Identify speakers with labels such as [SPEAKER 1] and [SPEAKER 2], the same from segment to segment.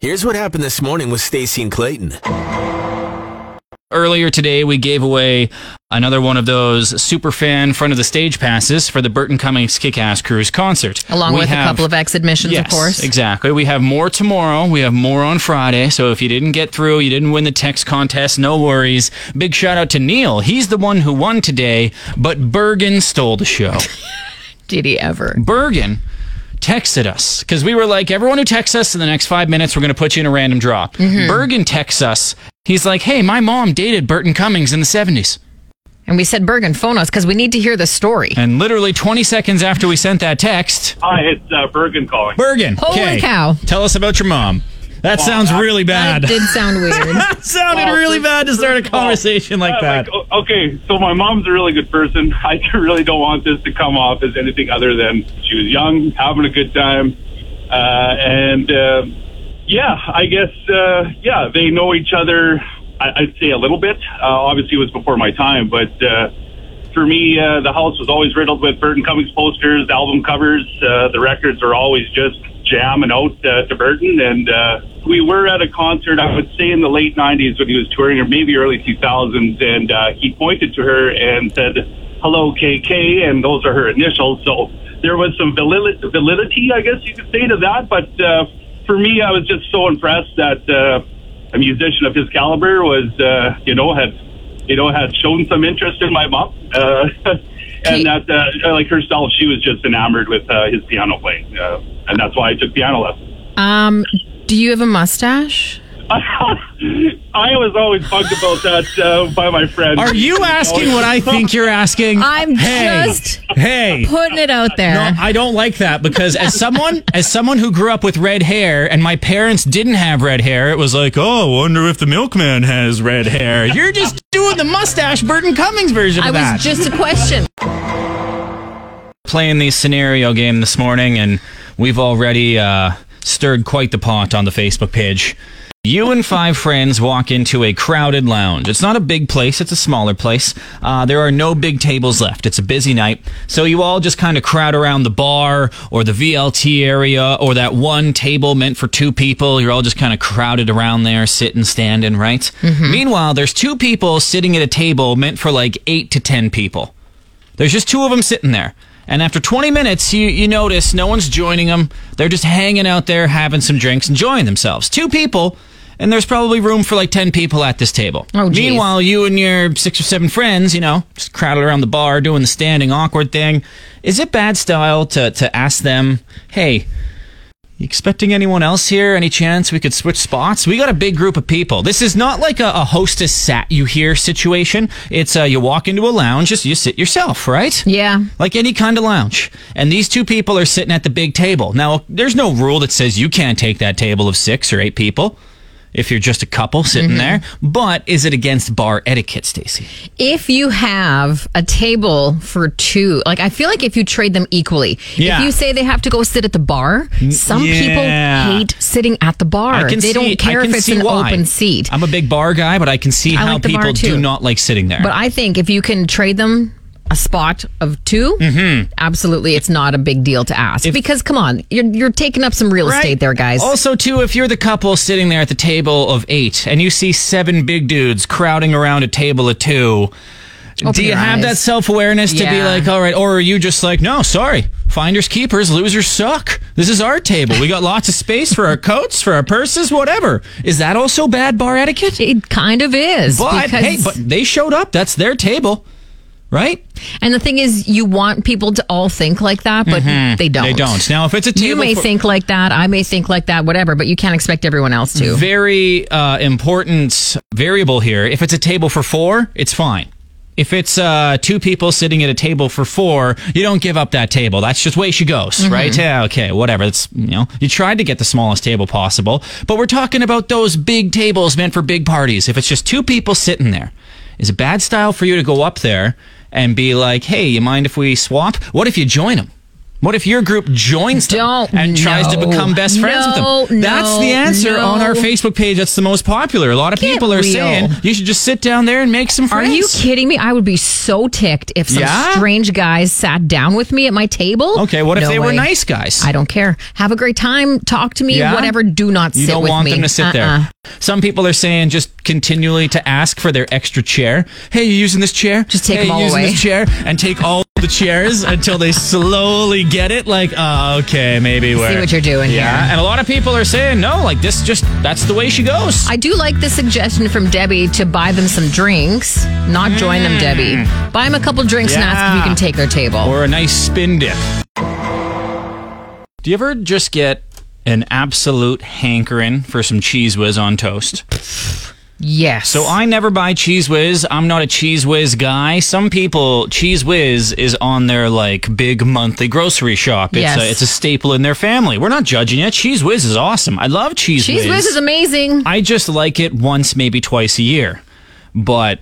[SPEAKER 1] Here's what happened this morning with Stacy and Clayton.
[SPEAKER 2] Earlier today, we gave away another one of those super fan front of the stage passes for the Burton Cummings Kick Ass Cruise concert.
[SPEAKER 3] Along
[SPEAKER 2] We
[SPEAKER 3] with
[SPEAKER 2] have-
[SPEAKER 3] a couple of X admissions,
[SPEAKER 2] yes,
[SPEAKER 3] of course.
[SPEAKER 2] Exactly. We have more tomorrow. We have more on Friday. So if you didn't get through, you didn't win the text contest, no worries. Big shout out to Neil. He's the one who won today, but Bergen stole the show.
[SPEAKER 3] Did he ever?
[SPEAKER 2] Bergen texted us because we were like, everyone who texts us in the next five minutes, we're going to put you in a random draw.
[SPEAKER 3] Mm-hmm.
[SPEAKER 2] Bergen texts us. He's like, hey, my mom dated Burton Cummings in the 70s.
[SPEAKER 3] And we said Bergen phone us because we need to hear the story.
[SPEAKER 2] And literally 20 seconds after we sent that text,
[SPEAKER 4] Hi, it's uh, Bergen calling.
[SPEAKER 2] Bergen.
[SPEAKER 3] Holy
[SPEAKER 2] okay,
[SPEAKER 3] cow.
[SPEAKER 2] Tell us about your mom. That sounds really
[SPEAKER 3] That
[SPEAKER 2] bad.
[SPEAKER 3] did sound weird.
[SPEAKER 2] That sounded
[SPEAKER 4] Well,
[SPEAKER 2] really
[SPEAKER 4] first-
[SPEAKER 2] bad to start a
[SPEAKER 4] first of all,
[SPEAKER 2] conversation like
[SPEAKER 4] Uh,
[SPEAKER 2] that.
[SPEAKER 4] like, o- okay, so my mom's a really good person. I really don't want this to come off as anything other than she was young, having a good time, uh, and uh, yeah, I guess uh, yeah, they know each other. I- I'd say a little bit. Uh, obviously, it was before my time, but uh, for me, uh, the house was always riddled with Burton Cummings posters, album covers. Uh, the records are always just jamming out uh, to Burton. And uh, we were at a concert, I would say in the late 90s when he was touring, or maybe early 2000s. And uh, he pointed to her and said, Hello, KK. And those are her initials. So there was some valid- validity, I guess you could say, to that. But uh, for me, I was just so impressed that uh, a musician of his caliber was, uh, you know, had you know, had shown some interest in my mom. Uh, and that, uh, like herself, she was just enamored with uh, his piano playing. Uh, and that's why I took piano lessons.
[SPEAKER 3] Um, do you have a mustache?
[SPEAKER 4] I was always bugged about that uh, by my friends.
[SPEAKER 2] Are you asking what I think you're asking?
[SPEAKER 3] I'm
[SPEAKER 2] hey,
[SPEAKER 3] just
[SPEAKER 2] hey.
[SPEAKER 3] putting it out there.
[SPEAKER 2] No, I don't like that because as someone as someone who grew up with red hair and my parents didn't have red hair, it was like, oh, wonder if the milkman has red hair. You're just doing the mustache Burton Cummings version
[SPEAKER 3] I
[SPEAKER 2] of that.
[SPEAKER 3] was just a question.
[SPEAKER 2] playing the scenario game this morning, and we've already uh, stirred quite the pot on the Facebook page. You and five friends walk into a crowded lounge. It's not a big place, it's a smaller place. Uh, there are no big tables left. It's a busy night. So you all just kind of crowd around the bar or the VLT area or that one table meant for two people. You're all just kind of crowded around there, sitting, standing, right? Meanwhile, there's two people sitting at a table meant for like eight to ten people. There's just two of them sitting there. And after 20 minutes, you, you notice no one's joining them. They're just hanging out there, having some drinks, enjoying themselves. Two people, and there's probably room for like 10 people at this table.
[SPEAKER 3] Oh, geez.
[SPEAKER 2] Meanwhile, you and your six or seven friends, you know, just crowded around the bar, doing the standing awkward thing. Is it bad style to, to ask them, hey, you expecting anyone else here? Any chance we could switch spots? We got a big group of people. This is not like a, a hostess sat you here situation. It's uh, you walk into a lounge, just you sit yourself, right?
[SPEAKER 3] Yeah.
[SPEAKER 2] Like any kind of lounge. And these two people are sitting at the big table. Now, there's no rule that says you can't take that table of six or eight people if you're just a couple sitting
[SPEAKER 3] Mm-hmm.
[SPEAKER 2] there. But is it against bar etiquette, Stacy?
[SPEAKER 3] If you have a table for two, like I feel like if you trade them equally,
[SPEAKER 2] Yeah.
[SPEAKER 3] if you say they have to go sit at the bar, some
[SPEAKER 2] yeah.
[SPEAKER 3] people hate sitting at the bar.
[SPEAKER 2] I can see-
[SPEAKER 3] they
[SPEAKER 2] I
[SPEAKER 3] don't care
[SPEAKER 2] can
[SPEAKER 3] if it's
[SPEAKER 2] see
[SPEAKER 3] an
[SPEAKER 2] why.
[SPEAKER 3] open seat.
[SPEAKER 2] I'm a big bar guy, but I can see
[SPEAKER 3] I
[SPEAKER 2] how
[SPEAKER 3] like the bar
[SPEAKER 2] people do
[SPEAKER 3] too.
[SPEAKER 2] not like sitting there.
[SPEAKER 3] But I think if you can trade them a spot of 2
[SPEAKER 2] Mm-hmm.
[SPEAKER 3] absolutely, it's not a big deal to ask because come on, you're you're taking up some real estate there, guys.
[SPEAKER 2] Also, too, if you're the couple sitting there at the table of eight and you see seven big dudes crowding around a table of two, do you
[SPEAKER 3] your
[SPEAKER 2] have
[SPEAKER 3] eyes.
[SPEAKER 2] that self awareness to be
[SPEAKER 3] Yeah.
[SPEAKER 2] like, all right, or are you just like, no, sorry, finders keepers, losers suck. This is our table. We got lots of space for our coats, for our purses, whatever. Is that also bad bar etiquette?
[SPEAKER 3] it kind of is.
[SPEAKER 2] But
[SPEAKER 3] because,
[SPEAKER 2] hey, but they showed up. That's their table, right?
[SPEAKER 3] and the thing is, you want people to all think like that, but they don't.
[SPEAKER 2] Mm-hmm. They don't. Now, if it's a table,
[SPEAKER 3] You may
[SPEAKER 2] for-
[SPEAKER 3] think like that. I may think like that. Whatever, but you can't expect everyone else to.
[SPEAKER 2] very uh, important variable here. If it's a table for four, it's fine. If it's uh, two people sitting at a table for four, you don't give up that table. That's just way she goes,
[SPEAKER 3] Mm-hmm.
[SPEAKER 2] right? Yeah, okay, whatever. It's you know, you tried to get the smallest table possible, but we're talking about those big tables meant for big parties. If it's just two people sitting there, is it bad style for you to go up there and be like, "Hey, you mind if we swap?" What if you join them? What if your group joins them
[SPEAKER 3] Don't-
[SPEAKER 2] and tries to
[SPEAKER 3] no.
[SPEAKER 2] become best friends
[SPEAKER 3] No,
[SPEAKER 2] with them? That's
[SPEAKER 3] no,
[SPEAKER 2] the answer
[SPEAKER 3] no.
[SPEAKER 2] on our Facebook page. That's the most popular. A lot of
[SPEAKER 3] Get
[SPEAKER 2] people are
[SPEAKER 3] real.
[SPEAKER 2] saying you should just sit down there and make some
[SPEAKER 3] Are
[SPEAKER 2] friends.
[SPEAKER 3] you kidding me? I would be so ticked if some
[SPEAKER 2] Yeah?
[SPEAKER 3] strange guys sat down with me at my table.
[SPEAKER 2] Okay, what if
[SPEAKER 3] No
[SPEAKER 2] they were
[SPEAKER 3] way.
[SPEAKER 2] nice guys?
[SPEAKER 3] I don't care. Have a great time. Talk to me.
[SPEAKER 2] Yeah?
[SPEAKER 3] Whatever. Do not sit
[SPEAKER 2] You don't
[SPEAKER 3] with
[SPEAKER 2] want
[SPEAKER 3] me.
[SPEAKER 2] them to sit
[SPEAKER 3] Uh-uh.
[SPEAKER 2] there. Some people are saying just continually to ask for their extra chair. Hey, you using this chair?
[SPEAKER 3] Just take
[SPEAKER 2] hey,
[SPEAKER 3] them
[SPEAKER 2] you
[SPEAKER 3] all
[SPEAKER 2] using
[SPEAKER 3] away.
[SPEAKER 2] This chair and take all the chairs until they slowly get it. Like, uh, okay, maybe we're
[SPEAKER 3] what you're doing
[SPEAKER 2] Yeah,
[SPEAKER 3] here.
[SPEAKER 2] and a lot of people are saying no. Like this, just that's the way she goes.
[SPEAKER 3] I do like the suggestion from Debbie to buy them some drinks. Not join them, Debbie. Buy them a couple drinks and ask if you
[SPEAKER 2] Mm. Yeah.
[SPEAKER 3] can take their table.
[SPEAKER 2] or a nice spin dip. Do you ever just get an absolute hankering for some cheese whiz on toast?
[SPEAKER 3] yes.
[SPEAKER 2] So I never buy Cheese Whiz. I'm not a Cheese Whiz guy. Some people, Cheese Whiz is on their like big monthly grocery shop. It's,
[SPEAKER 3] Yes.
[SPEAKER 2] a, it's a staple in their family. We're not judging it. Cheese Whiz is awesome. I love Cheese Whiz.
[SPEAKER 3] Cheese whiz is amazing.
[SPEAKER 2] I just like it once, maybe twice a year, but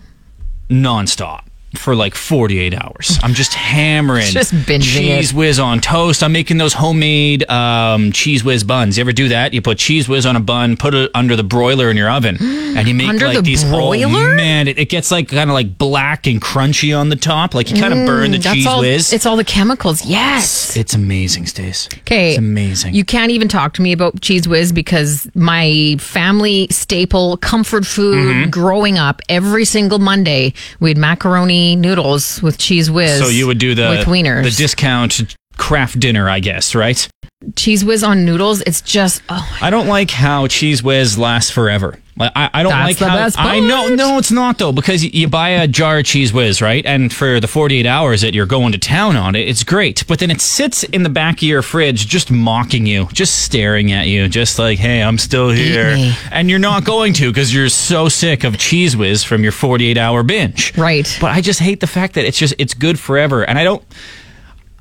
[SPEAKER 2] nonstop for like 48 hours. I'm just hammering
[SPEAKER 3] Just binging
[SPEAKER 2] cheese
[SPEAKER 3] it.
[SPEAKER 2] whiz on toast. I'm making those homemade um, cheese whiz buns. You ever do that? You put cheese whiz on a bun, put it under the broiler in your oven, and you make
[SPEAKER 3] Under
[SPEAKER 2] like
[SPEAKER 3] the
[SPEAKER 2] these.
[SPEAKER 3] broiler?
[SPEAKER 2] Oh, man, it, it gets like kind of like black and crunchy on the top. Like you kind of burn the cheese
[SPEAKER 3] Mm, all.
[SPEAKER 2] whiz.
[SPEAKER 3] It's all the chemicals. Yes.
[SPEAKER 2] It's amazing, Stace.
[SPEAKER 3] Okay.
[SPEAKER 2] It's amazing.
[SPEAKER 3] You can't even talk to me about Cheese Whiz because my family staple comfort food
[SPEAKER 2] Mm-hmm.
[SPEAKER 3] growing up, every single Monday, we had macaroni noodles with Cheese Whiz.
[SPEAKER 2] so you would do the
[SPEAKER 3] with wieners.
[SPEAKER 2] the discount craft dinner, I guess, right?
[SPEAKER 3] cheese Whiz on noodles. It's just oh,
[SPEAKER 2] I don't like how Cheese Whiz lasts forever. Like I, I don't
[SPEAKER 3] That's
[SPEAKER 2] like
[SPEAKER 3] the
[SPEAKER 2] how
[SPEAKER 3] best
[SPEAKER 2] I know
[SPEAKER 3] part.
[SPEAKER 2] no it's not though because y- you buy a jar of Cheese Whiz right and for the 48 hours that you're going to town on it it's great but then it sits in the back of your fridge just mocking you just staring at you just like hey I'm still here
[SPEAKER 3] me.
[SPEAKER 2] and you're not going to because you're so sick of Cheese Whiz from your 48 hour binge
[SPEAKER 3] Right.
[SPEAKER 2] but I just hate the fact that it's just it's good forever and I don't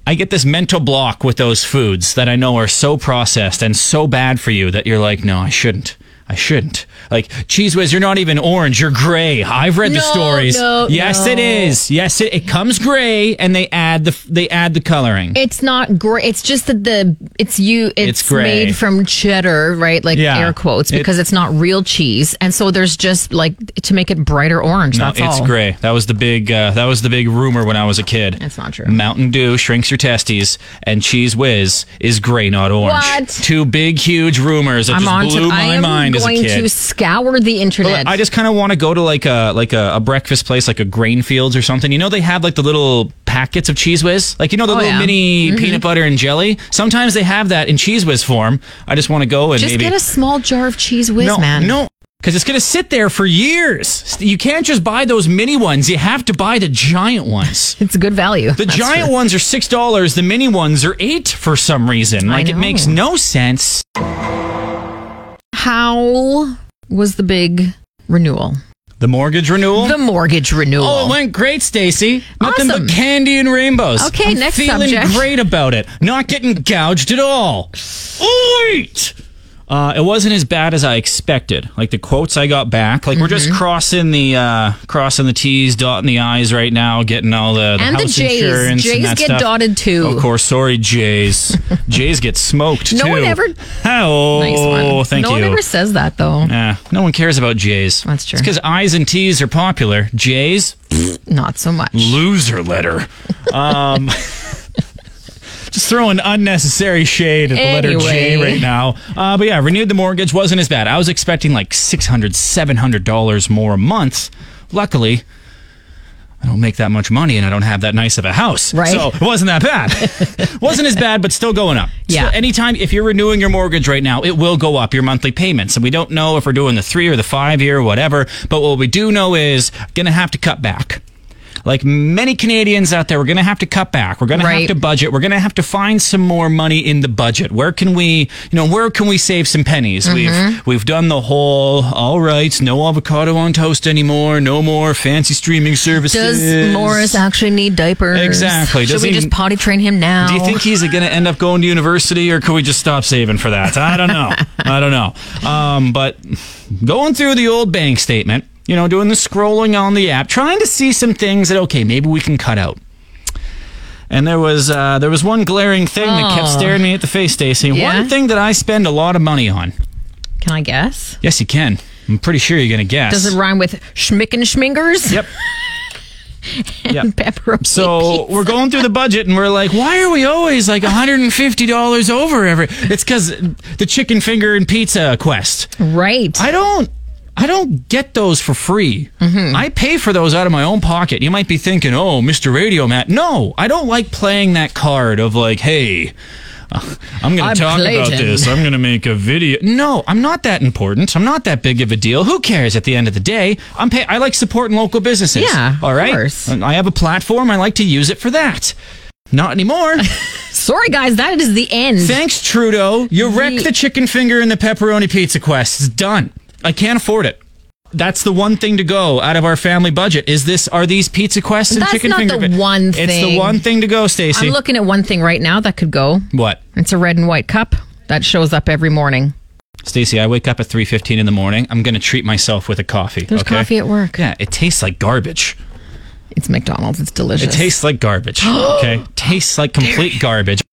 [SPEAKER 2] I get this mental block with those foods that I know are so processed and so bad for you that you're like, no, I shouldn't. I shouldn't. Like, Cheese Whiz, you're not even orange, you're gray. I've read the
[SPEAKER 3] No,
[SPEAKER 2] stories.
[SPEAKER 3] no,
[SPEAKER 2] yes,
[SPEAKER 3] no.
[SPEAKER 2] it is. Yes, it, it comes gray and they add the they add the coloring.
[SPEAKER 3] it's not great. It's just that the it's you
[SPEAKER 2] It's
[SPEAKER 3] it's,
[SPEAKER 2] gray.
[SPEAKER 3] made from cheddar, right? Like
[SPEAKER 2] Yeah.
[SPEAKER 3] air quotes
[SPEAKER 2] It-
[SPEAKER 3] because it's not real cheese, and so there's just like to make it brighter orange.
[SPEAKER 2] no,
[SPEAKER 3] that's
[SPEAKER 2] Uh, it's
[SPEAKER 3] all.
[SPEAKER 2] gray. That was the big uh, that was the big rumor when I was a kid.
[SPEAKER 3] That's not true.
[SPEAKER 2] Mountain Dew shrinks your testes and Cheese Whiz is gray, not orange.
[SPEAKER 3] What?
[SPEAKER 2] Two big huge rumors that
[SPEAKER 3] I'm
[SPEAKER 2] just
[SPEAKER 3] on to.
[SPEAKER 2] blew
[SPEAKER 3] I
[SPEAKER 2] my
[SPEAKER 3] am
[SPEAKER 2] mind as a
[SPEAKER 3] going
[SPEAKER 2] kid.
[SPEAKER 3] to scour the internet.
[SPEAKER 2] Well, I just kind of want to go to like a like a, a breakfast place, like a Grainfields or something. You know, they have like the little packets of Cheese Whiz, like you know the
[SPEAKER 3] Oh,
[SPEAKER 2] little
[SPEAKER 3] yeah.
[SPEAKER 2] mini peanut butter and jelly. Sometimes they have that in Cheese Whiz form. I just want to go and
[SPEAKER 3] Just
[SPEAKER 2] maybe
[SPEAKER 3] get a small jar of cheese whiz,
[SPEAKER 2] no,
[SPEAKER 3] man.
[SPEAKER 2] no. Because it's going to sit there for years. You can't just buy those mini ones. You have to buy the giant ones.
[SPEAKER 3] it's a good value.
[SPEAKER 2] The giant ones are six dollars. The mini ones are eight for some reason. Like it
[SPEAKER 3] know.
[SPEAKER 2] makes no sense.
[SPEAKER 3] How was the big renewal?
[SPEAKER 2] The mortgage renewal.
[SPEAKER 3] The mortgage renewal.
[SPEAKER 2] Oh, it went great, Stacy. Nothing
[SPEAKER 3] Awesome.
[SPEAKER 2] but candy and rainbows.
[SPEAKER 3] Okay,
[SPEAKER 2] I'm
[SPEAKER 3] next
[SPEAKER 2] feeling
[SPEAKER 3] subject.
[SPEAKER 2] great about it. Not getting gouged at all. Wait. Uh, it wasn't as bad as I expected. Like the quotes I got back, like we're just
[SPEAKER 3] Mm-hmm.
[SPEAKER 2] crossing the uh, crossing the T's, dotting the I's right now, getting all the, the
[SPEAKER 3] And the
[SPEAKER 2] house
[SPEAKER 3] J's.
[SPEAKER 2] insurance and
[SPEAKER 3] J's
[SPEAKER 2] that
[SPEAKER 3] get
[SPEAKER 2] stuff.
[SPEAKER 3] dotted too.
[SPEAKER 2] Of course, sorry J's. J's get smoked
[SPEAKER 3] No
[SPEAKER 2] too.
[SPEAKER 3] one ever-
[SPEAKER 2] Oh,
[SPEAKER 3] nice one.
[SPEAKER 2] thank
[SPEAKER 3] no
[SPEAKER 2] you.
[SPEAKER 3] one ever says that though.
[SPEAKER 2] Yeah, no one cares about J's.
[SPEAKER 3] That's true.
[SPEAKER 2] Because I's and T's are popular. J's,
[SPEAKER 3] Not so much.
[SPEAKER 2] loser letter. Um, just throwing unnecessary shade at the letter J
[SPEAKER 3] Anyway.
[SPEAKER 2] right now. Uh, but yeah, renewed the mortgage wasn't as bad. I was expecting like $600, $700 more a month. Luckily, I don't make that much money and I don't have that nice of a house.
[SPEAKER 3] Right.
[SPEAKER 2] So it wasn't that bad. wasn't as bad, but still going up.
[SPEAKER 3] Yeah.
[SPEAKER 2] So anytime, if you're renewing your mortgage right now, it will go up, your monthly payments. And we don't know if we're doing the three or the five year, whatever. But what we do know is going to have to cut back. Like many Canadians out there, we're going to have to cut back. We're going to have
[SPEAKER 3] Right.
[SPEAKER 2] to budget. We're going to have to find some more money in the budget. Where can we, you know, where can we save some pennies?
[SPEAKER 3] Mm-hmm.
[SPEAKER 2] We've we've done the whole. All right, no avocado on toast anymore. No more fancy streaming services.
[SPEAKER 3] Does Morris actually need diapers?
[SPEAKER 2] Exactly.
[SPEAKER 3] Should
[SPEAKER 2] Does
[SPEAKER 3] we
[SPEAKER 2] he-
[SPEAKER 3] just potty train him now?
[SPEAKER 2] Do you think he's going to end up going to university, or could we just stop saving for that? I don't know. I don't know. Um, but going through the old bank statement, you know, doing the scrolling on the app, trying to see some things that okay, maybe we can cut out. And there was uh, there was one glaring thing that kept
[SPEAKER 3] Oh.
[SPEAKER 2] staring me at the face, Stacy.
[SPEAKER 3] Yeah?
[SPEAKER 2] One thing that I spend a lot of money on.
[SPEAKER 3] Can I guess?
[SPEAKER 2] Yes, you can. I'm pretty sure you're gonna guess.
[SPEAKER 3] Does it rhyme with schmick and schmingers?
[SPEAKER 2] Yep.
[SPEAKER 3] and pepperoni.
[SPEAKER 2] So
[SPEAKER 3] pizza?
[SPEAKER 2] we're going through the budget and we're like, why are we always like $150 over every? It's because the chicken finger and pizza quest.
[SPEAKER 3] right.
[SPEAKER 2] I don't. I don't get those for free.
[SPEAKER 3] Mm-hmm.
[SPEAKER 2] I pay for those out of my own pocket. You might be thinking, "Oh, Mr. Radio Matt." No, I don't like playing that card of like, "Hey, uh, I'm going
[SPEAKER 3] I'm
[SPEAKER 2] to talk about
[SPEAKER 3] Clayton."
[SPEAKER 2] this. I'm going to make a video." No, I'm not that important. I'm not that big of a deal. Who cares at the end of the day? I'm pay- I like supporting local businesses.
[SPEAKER 3] Yeah,
[SPEAKER 2] all
[SPEAKER 3] of
[SPEAKER 2] right.
[SPEAKER 3] course.
[SPEAKER 2] And I have a platform. I like to use it for that. Not anymore.
[SPEAKER 3] Sorry, guys, that is the end.
[SPEAKER 2] Thanks, Trudeau. You wrecked the chicken finger and the pepperoni pizza quest. It's done. I can't afford it. That's the one thing to go out of our family budget. Is this are these pizza quests and
[SPEAKER 3] That's
[SPEAKER 2] chicken
[SPEAKER 3] not
[SPEAKER 2] finger?
[SPEAKER 3] the
[SPEAKER 2] pi-
[SPEAKER 3] one
[SPEAKER 2] It's the
[SPEAKER 3] thing.
[SPEAKER 2] one thing to go, Stacy.
[SPEAKER 3] I'm looking at one thing right now that could go.
[SPEAKER 2] what,
[SPEAKER 3] It's a red and white cup that shows up every morning.
[SPEAKER 2] Stacy? I wake up at three fifteen in the morning. I'm gonna treat myself with a coffee.
[SPEAKER 3] There's
[SPEAKER 2] okay?
[SPEAKER 3] coffee at work.
[SPEAKER 2] Yeah, it tastes like garbage.
[SPEAKER 3] It's McDonald's. It's delicious.
[SPEAKER 2] It tastes like garbage. okay, tastes like complete garbage.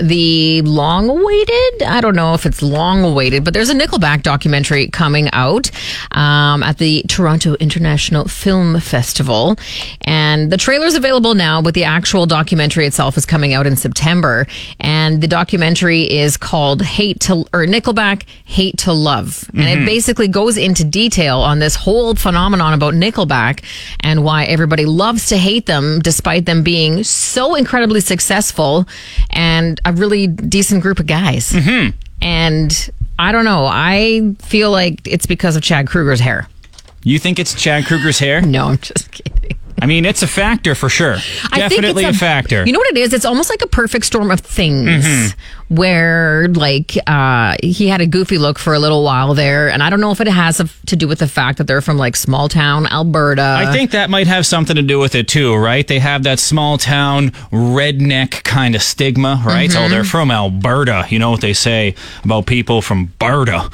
[SPEAKER 3] the long awaited i don't know if it's long awaited but there's a nickelback documentary coming out um, at the toronto international film festival and the trailer's available now but the actual documentary itself is coming out in september and the documentary is called hate to or nickelback hate to love and it basically goes into detail on this whole phenomenon about nickelback and why everybody loves to hate them despite them being so incredibly successful and a really decent group of guys. And I don't know. I feel like it's because of Chad Kruger's hair.
[SPEAKER 2] You think it's Chad Kruger's hair?
[SPEAKER 3] No, I'm just kidding.
[SPEAKER 2] I mean, it's a factor for sure.
[SPEAKER 3] I think
[SPEAKER 2] Definitely
[SPEAKER 3] it's
[SPEAKER 2] a factor.
[SPEAKER 3] You know what it is? It's almost like a perfect storm of things
[SPEAKER 2] Mm-hmm.
[SPEAKER 3] where like uh he had a goofy look for a little while there and I don't know if it has a- to do with the fact that they're from like small town Alberta.
[SPEAKER 2] I think that might have something to do with it too, right? They have that small town redneck kind of stigma, right? So
[SPEAKER 3] Mm-hmm.
[SPEAKER 2] they're from Alberta. You know what they say about people from Alberta,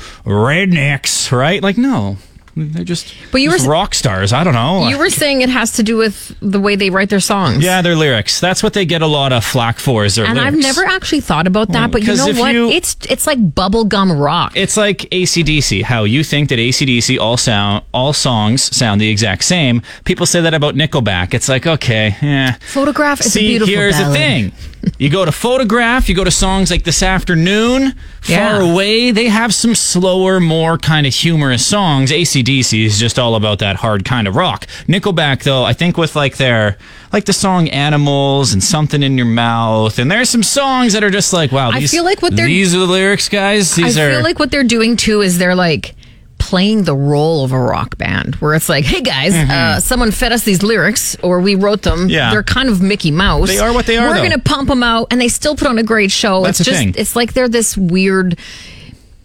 [SPEAKER 2] rednecks, right? Like no, they're just
[SPEAKER 3] But you were
[SPEAKER 2] just
[SPEAKER 3] s-
[SPEAKER 2] rock stars. I don't know.
[SPEAKER 3] You were saying it has to do with the way they write their songs.
[SPEAKER 2] yeah, their lyrics. That's what they get a lot of flack for. Is their
[SPEAKER 3] And I've
[SPEAKER 2] lyrics. Mm.
[SPEAKER 3] never actually thought about that, but you
[SPEAKER 2] 'cause
[SPEAKER 3] know
[SPEAKER 2] if
[SPEAKER 3] what?
[SPEAKER 2] you-
[SPEAKER 3] it's it's like bubblegum rock.
[SPEAKER 2] It's like ACDC, how you think that ACDC all sound all songs sound the exact same. People say that about Nickelback. It's like, okay, yeah.
[SPEAKER 3] Photograph is a
[SPEAKER 2] See,
[SPEAKER 3] beautiful
[SPEAKER 2] here's
[SPEAKER 3] ballad.
[SPEAKER 2] the thing. You go to Photograph, you go to songs like This Afternoon,
[SPEAKER 3] Yeah.
[SPEAKER 2] Far Away, they have some slower, more kind of humorous songs. ACDC is just all about that hard kind of rock. Nickelback, though, I think with like their, like the song Animals and Something in Your Mouth, and there's some songs that are just like, wow,
[SPEAKER 3] I
[SPEAKER 2] these,
[SPEAKER 3] feel like what they're-
[SPEAKER 2] these are the lyrics, guys.
[SPEAKER 3] I
[SPEAKER 2] These are.
[SPEAKER 3] feel like what they're doing too is they're like playing the role of a rock band where it's like, hey guys, uh, someone fed us these lyrics or we wrote them.
[SPEAKER 2] Mm-hmm. Yeah.
[SPEAKER 3] They're kind of Mickey Mouse.
[SPEAKER 2] They are what they are,
[SPEAKER 3] We're
[SPEAKER 2] though.
[SPEAKER 3] gonna pump them out and they still put on a great show.
[SPEAKER 2] That's
[SPEAKER 3] it's
[SPEAKER 2] the
[SPEAKER 3] just
[SPEAKER 2] thing.
[SPEAKER 3] it's like they're this weird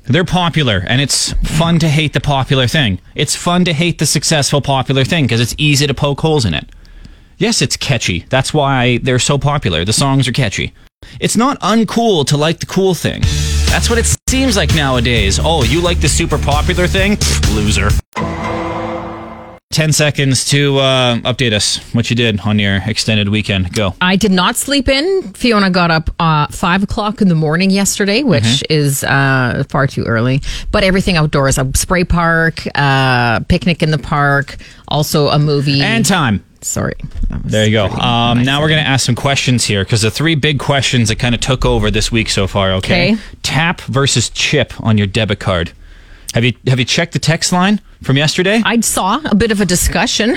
[SPEAKER 2] They're popular, and it's fun to hate the popular thing. It's fun to hate the successful popular thing because it's easy to poke holes in it. Yes, it's catchy. That's why they're so popular. The songs are catchy. It's not uncool to like the cool thing. That's what it seems like nowadays. Oh, you like the super popular thing? Pfft, loser. 10 seconds to uh, update us what you did on your extended weekend. Go.
[SPEAKER 3] I did not sleep in. Fiona got up uh, five o'clock in the morning yesterday, which
[SPEAKER 2] Mm-hmm.
[SPEAKER 3] is uh, far too early. But everything outdoors, a spray park, uh, picnic in the park, also a movie.
[SPEAKER 2] And time.
[SPEAKER 3] sorry, That was
[SPEAKER 2] There you go.
[SPEAKER 3] pretty
[SPEAKER 2] Um,
[SPEAKER 3] nice.
[SPEAKER 2] now we're going to ask some questions here because the three big questions that kind of took over this week so far. Okay?
[SPEAKER 3] Okay.
[SPEAKER 2] Tap versus chip on your debit card. Have you have you checked the text line from yesterday?
[SPEAKER 3] I saw a bit of a discussion.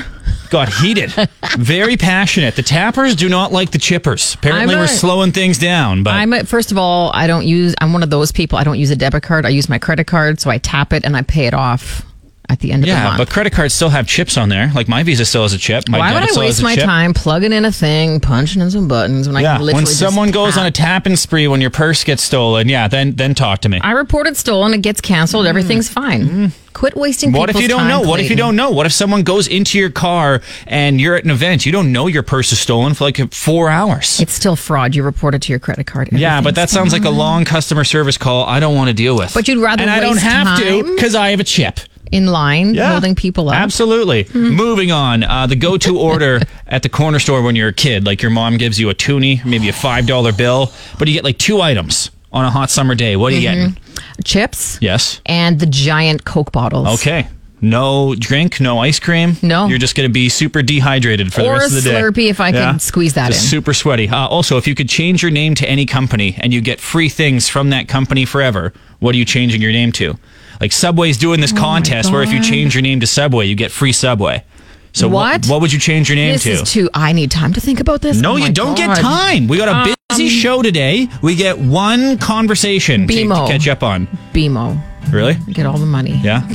[SPEAKER 2] Got heated, very passionate. The tappers do not like the chippers. Apparently,
[SPEAKER 3] I'm
[SPEAKER 2] we're
[SPEAKER 3] not-
[SPEAKER 2] slowing things down. But
[SPEAKER 3] I'm a- first of all, I don't use. I'm one of those people. I don't use a debit card. I use my credit card, so I tap it and I pay it off at the end
[SPEAKER 2] yeah,
[SPEAKER 3] of the month.
[SPEAKER 2] but credit cards still have chips on there. Like my Visa still has a chip. My
[SPEAKER 3] Why
[SPEAKER 2] debit
[SPEAKER 3] would I
[SPEAKER 2] still has
[SPEAKER 3] waste
[SPEAKER 2] a
[SPEAKER 3] my
[SPEAKER 2] chip.
[SPEAKER 3] time plugging in a thing, punching in some buttons when I
[SPEAKER 2] Yeah,
[SPEAKER 3] can literally
[SPEAKER 2] when someone
[SPEAKER 3] just
[SPEAKER 2] goes
[SPEAKER 3] tap?
[SPEAKER 2] on a tap and spree when your purse gets stolen, yeah, then then talk to me.
[SPEAKER 3] I report it stolen. It gets canceled. Everything's fine. Quit wasting.
[SPEAKER 2] Mm. What if
[SPEAKER 3] people's
[SPEAKER 2] you don't
[SPEAKER 3] time,
[SPEAKER 2] know? What if you don't
[SPEAKER 3] Clayton.
[SPEAKER 2] know? What if someone goes into your car and you're at an event? You don't know your purse is stolen for like four hours.
[SPEAKER 3] It's still fraud. You report it to your credit card.
[SPEAKER 2] yeah, but that
[SPEAKER 3] Everything's
[SPEAKER 2] sounds like a long customer service call I don't want to deal with.
[SPEAKER 3] But you'd rather
[SPEAKER 2] And I don't
[SPEAKER 3] waste
[SPEAKER 2] have to
[SPEAKER 3] time?
[SPEAKER 2] because I have a chip.
[SPEAKER 3] fine. in line,
[SPEAKER 2] Yeah.
[SPEAKER 3] holding people up. Mm-hmm.
[SPEAKER 2] Absolutely. Moving on. Uh, the go to order at the corner store when you're a kid, like your mom gives you a toonie, maybe a $5 bill, but you get like two items on a hot summer day. What are you
[SPEAKER 3] Mm-hmm.
[SPEAKER 2] getting?
[SPEAKER 3] Chips
[SPEAKER 2] Yes.
[SPEAKER 3] and the giant Coke bottles.
[SPEAKER 2] Okay. No drink, no ice cream.
[SPEAKER 3] No.
[SPEAKER 2] You're just going to be super dehydrated for the
[SPEAKER 3] Or
[SPEAKER 2] rest of the
[SPEAKER 3] a
[SPEAKER 2] day.
[SPEAKER 3] Slurpee if I could squeeze that
[SPEAKER 2] Just
[SPEAKER 3] in.
[SPEAKER 2] Super sweaty. Uh, also, if you could change your name to any company and you get free things from that company forever, what are you changing your name to? Like Subway's doing this contest where if you
[SPEAKER 3] Oh God.
[SPEAKER 2] change your name to Subway, you get free Subway. So
[SPEAKER 3] What?
[SPEAKER 2] what, would you change your name
[SPEAKER 3] This
[SPEAKER 2] to?
[SPEAKER 3] is too. I need time to think about this.
[SPEAKER 2] no,
[SPEAKER 3] Oh my
[SPEAKER 2] you don't
[SPEAKER 3] God. Um,
[SPEAKER 2] get time. We got a busy show today. We get one conversation to, to
[SPEAKER 3] BMO.
[SPEAKER 2] catch up on.
[SPEAKER 3] BMO.
[SPEAKER 2] Really?
[SPEAKER 3] Get all the money.
[SPEAKER 2] Yeah.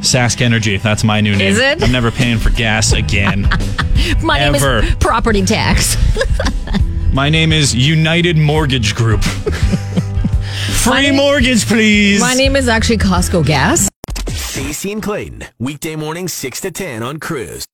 [SPEAKER 2] Sask Energy. That's my new name.
[SPEAKER 3] Is it?
[SPEAKER 2] I'm never paying for gas again.
[SPEAKER 3] My name
[SPEAKER 2] Ever.
[SPEAKER 3] is property tax.
[SPEAKER 2] my name is United Mortgage Group. Free
[SPEAKER 3] name-
[SPEAKER 2] mortgage, please.
[SPEAKER 3] My name is actually Costco Gas.
[SPEAKER 1] Stacey and Clayton, weekday morning 6 to 10 on Cruise.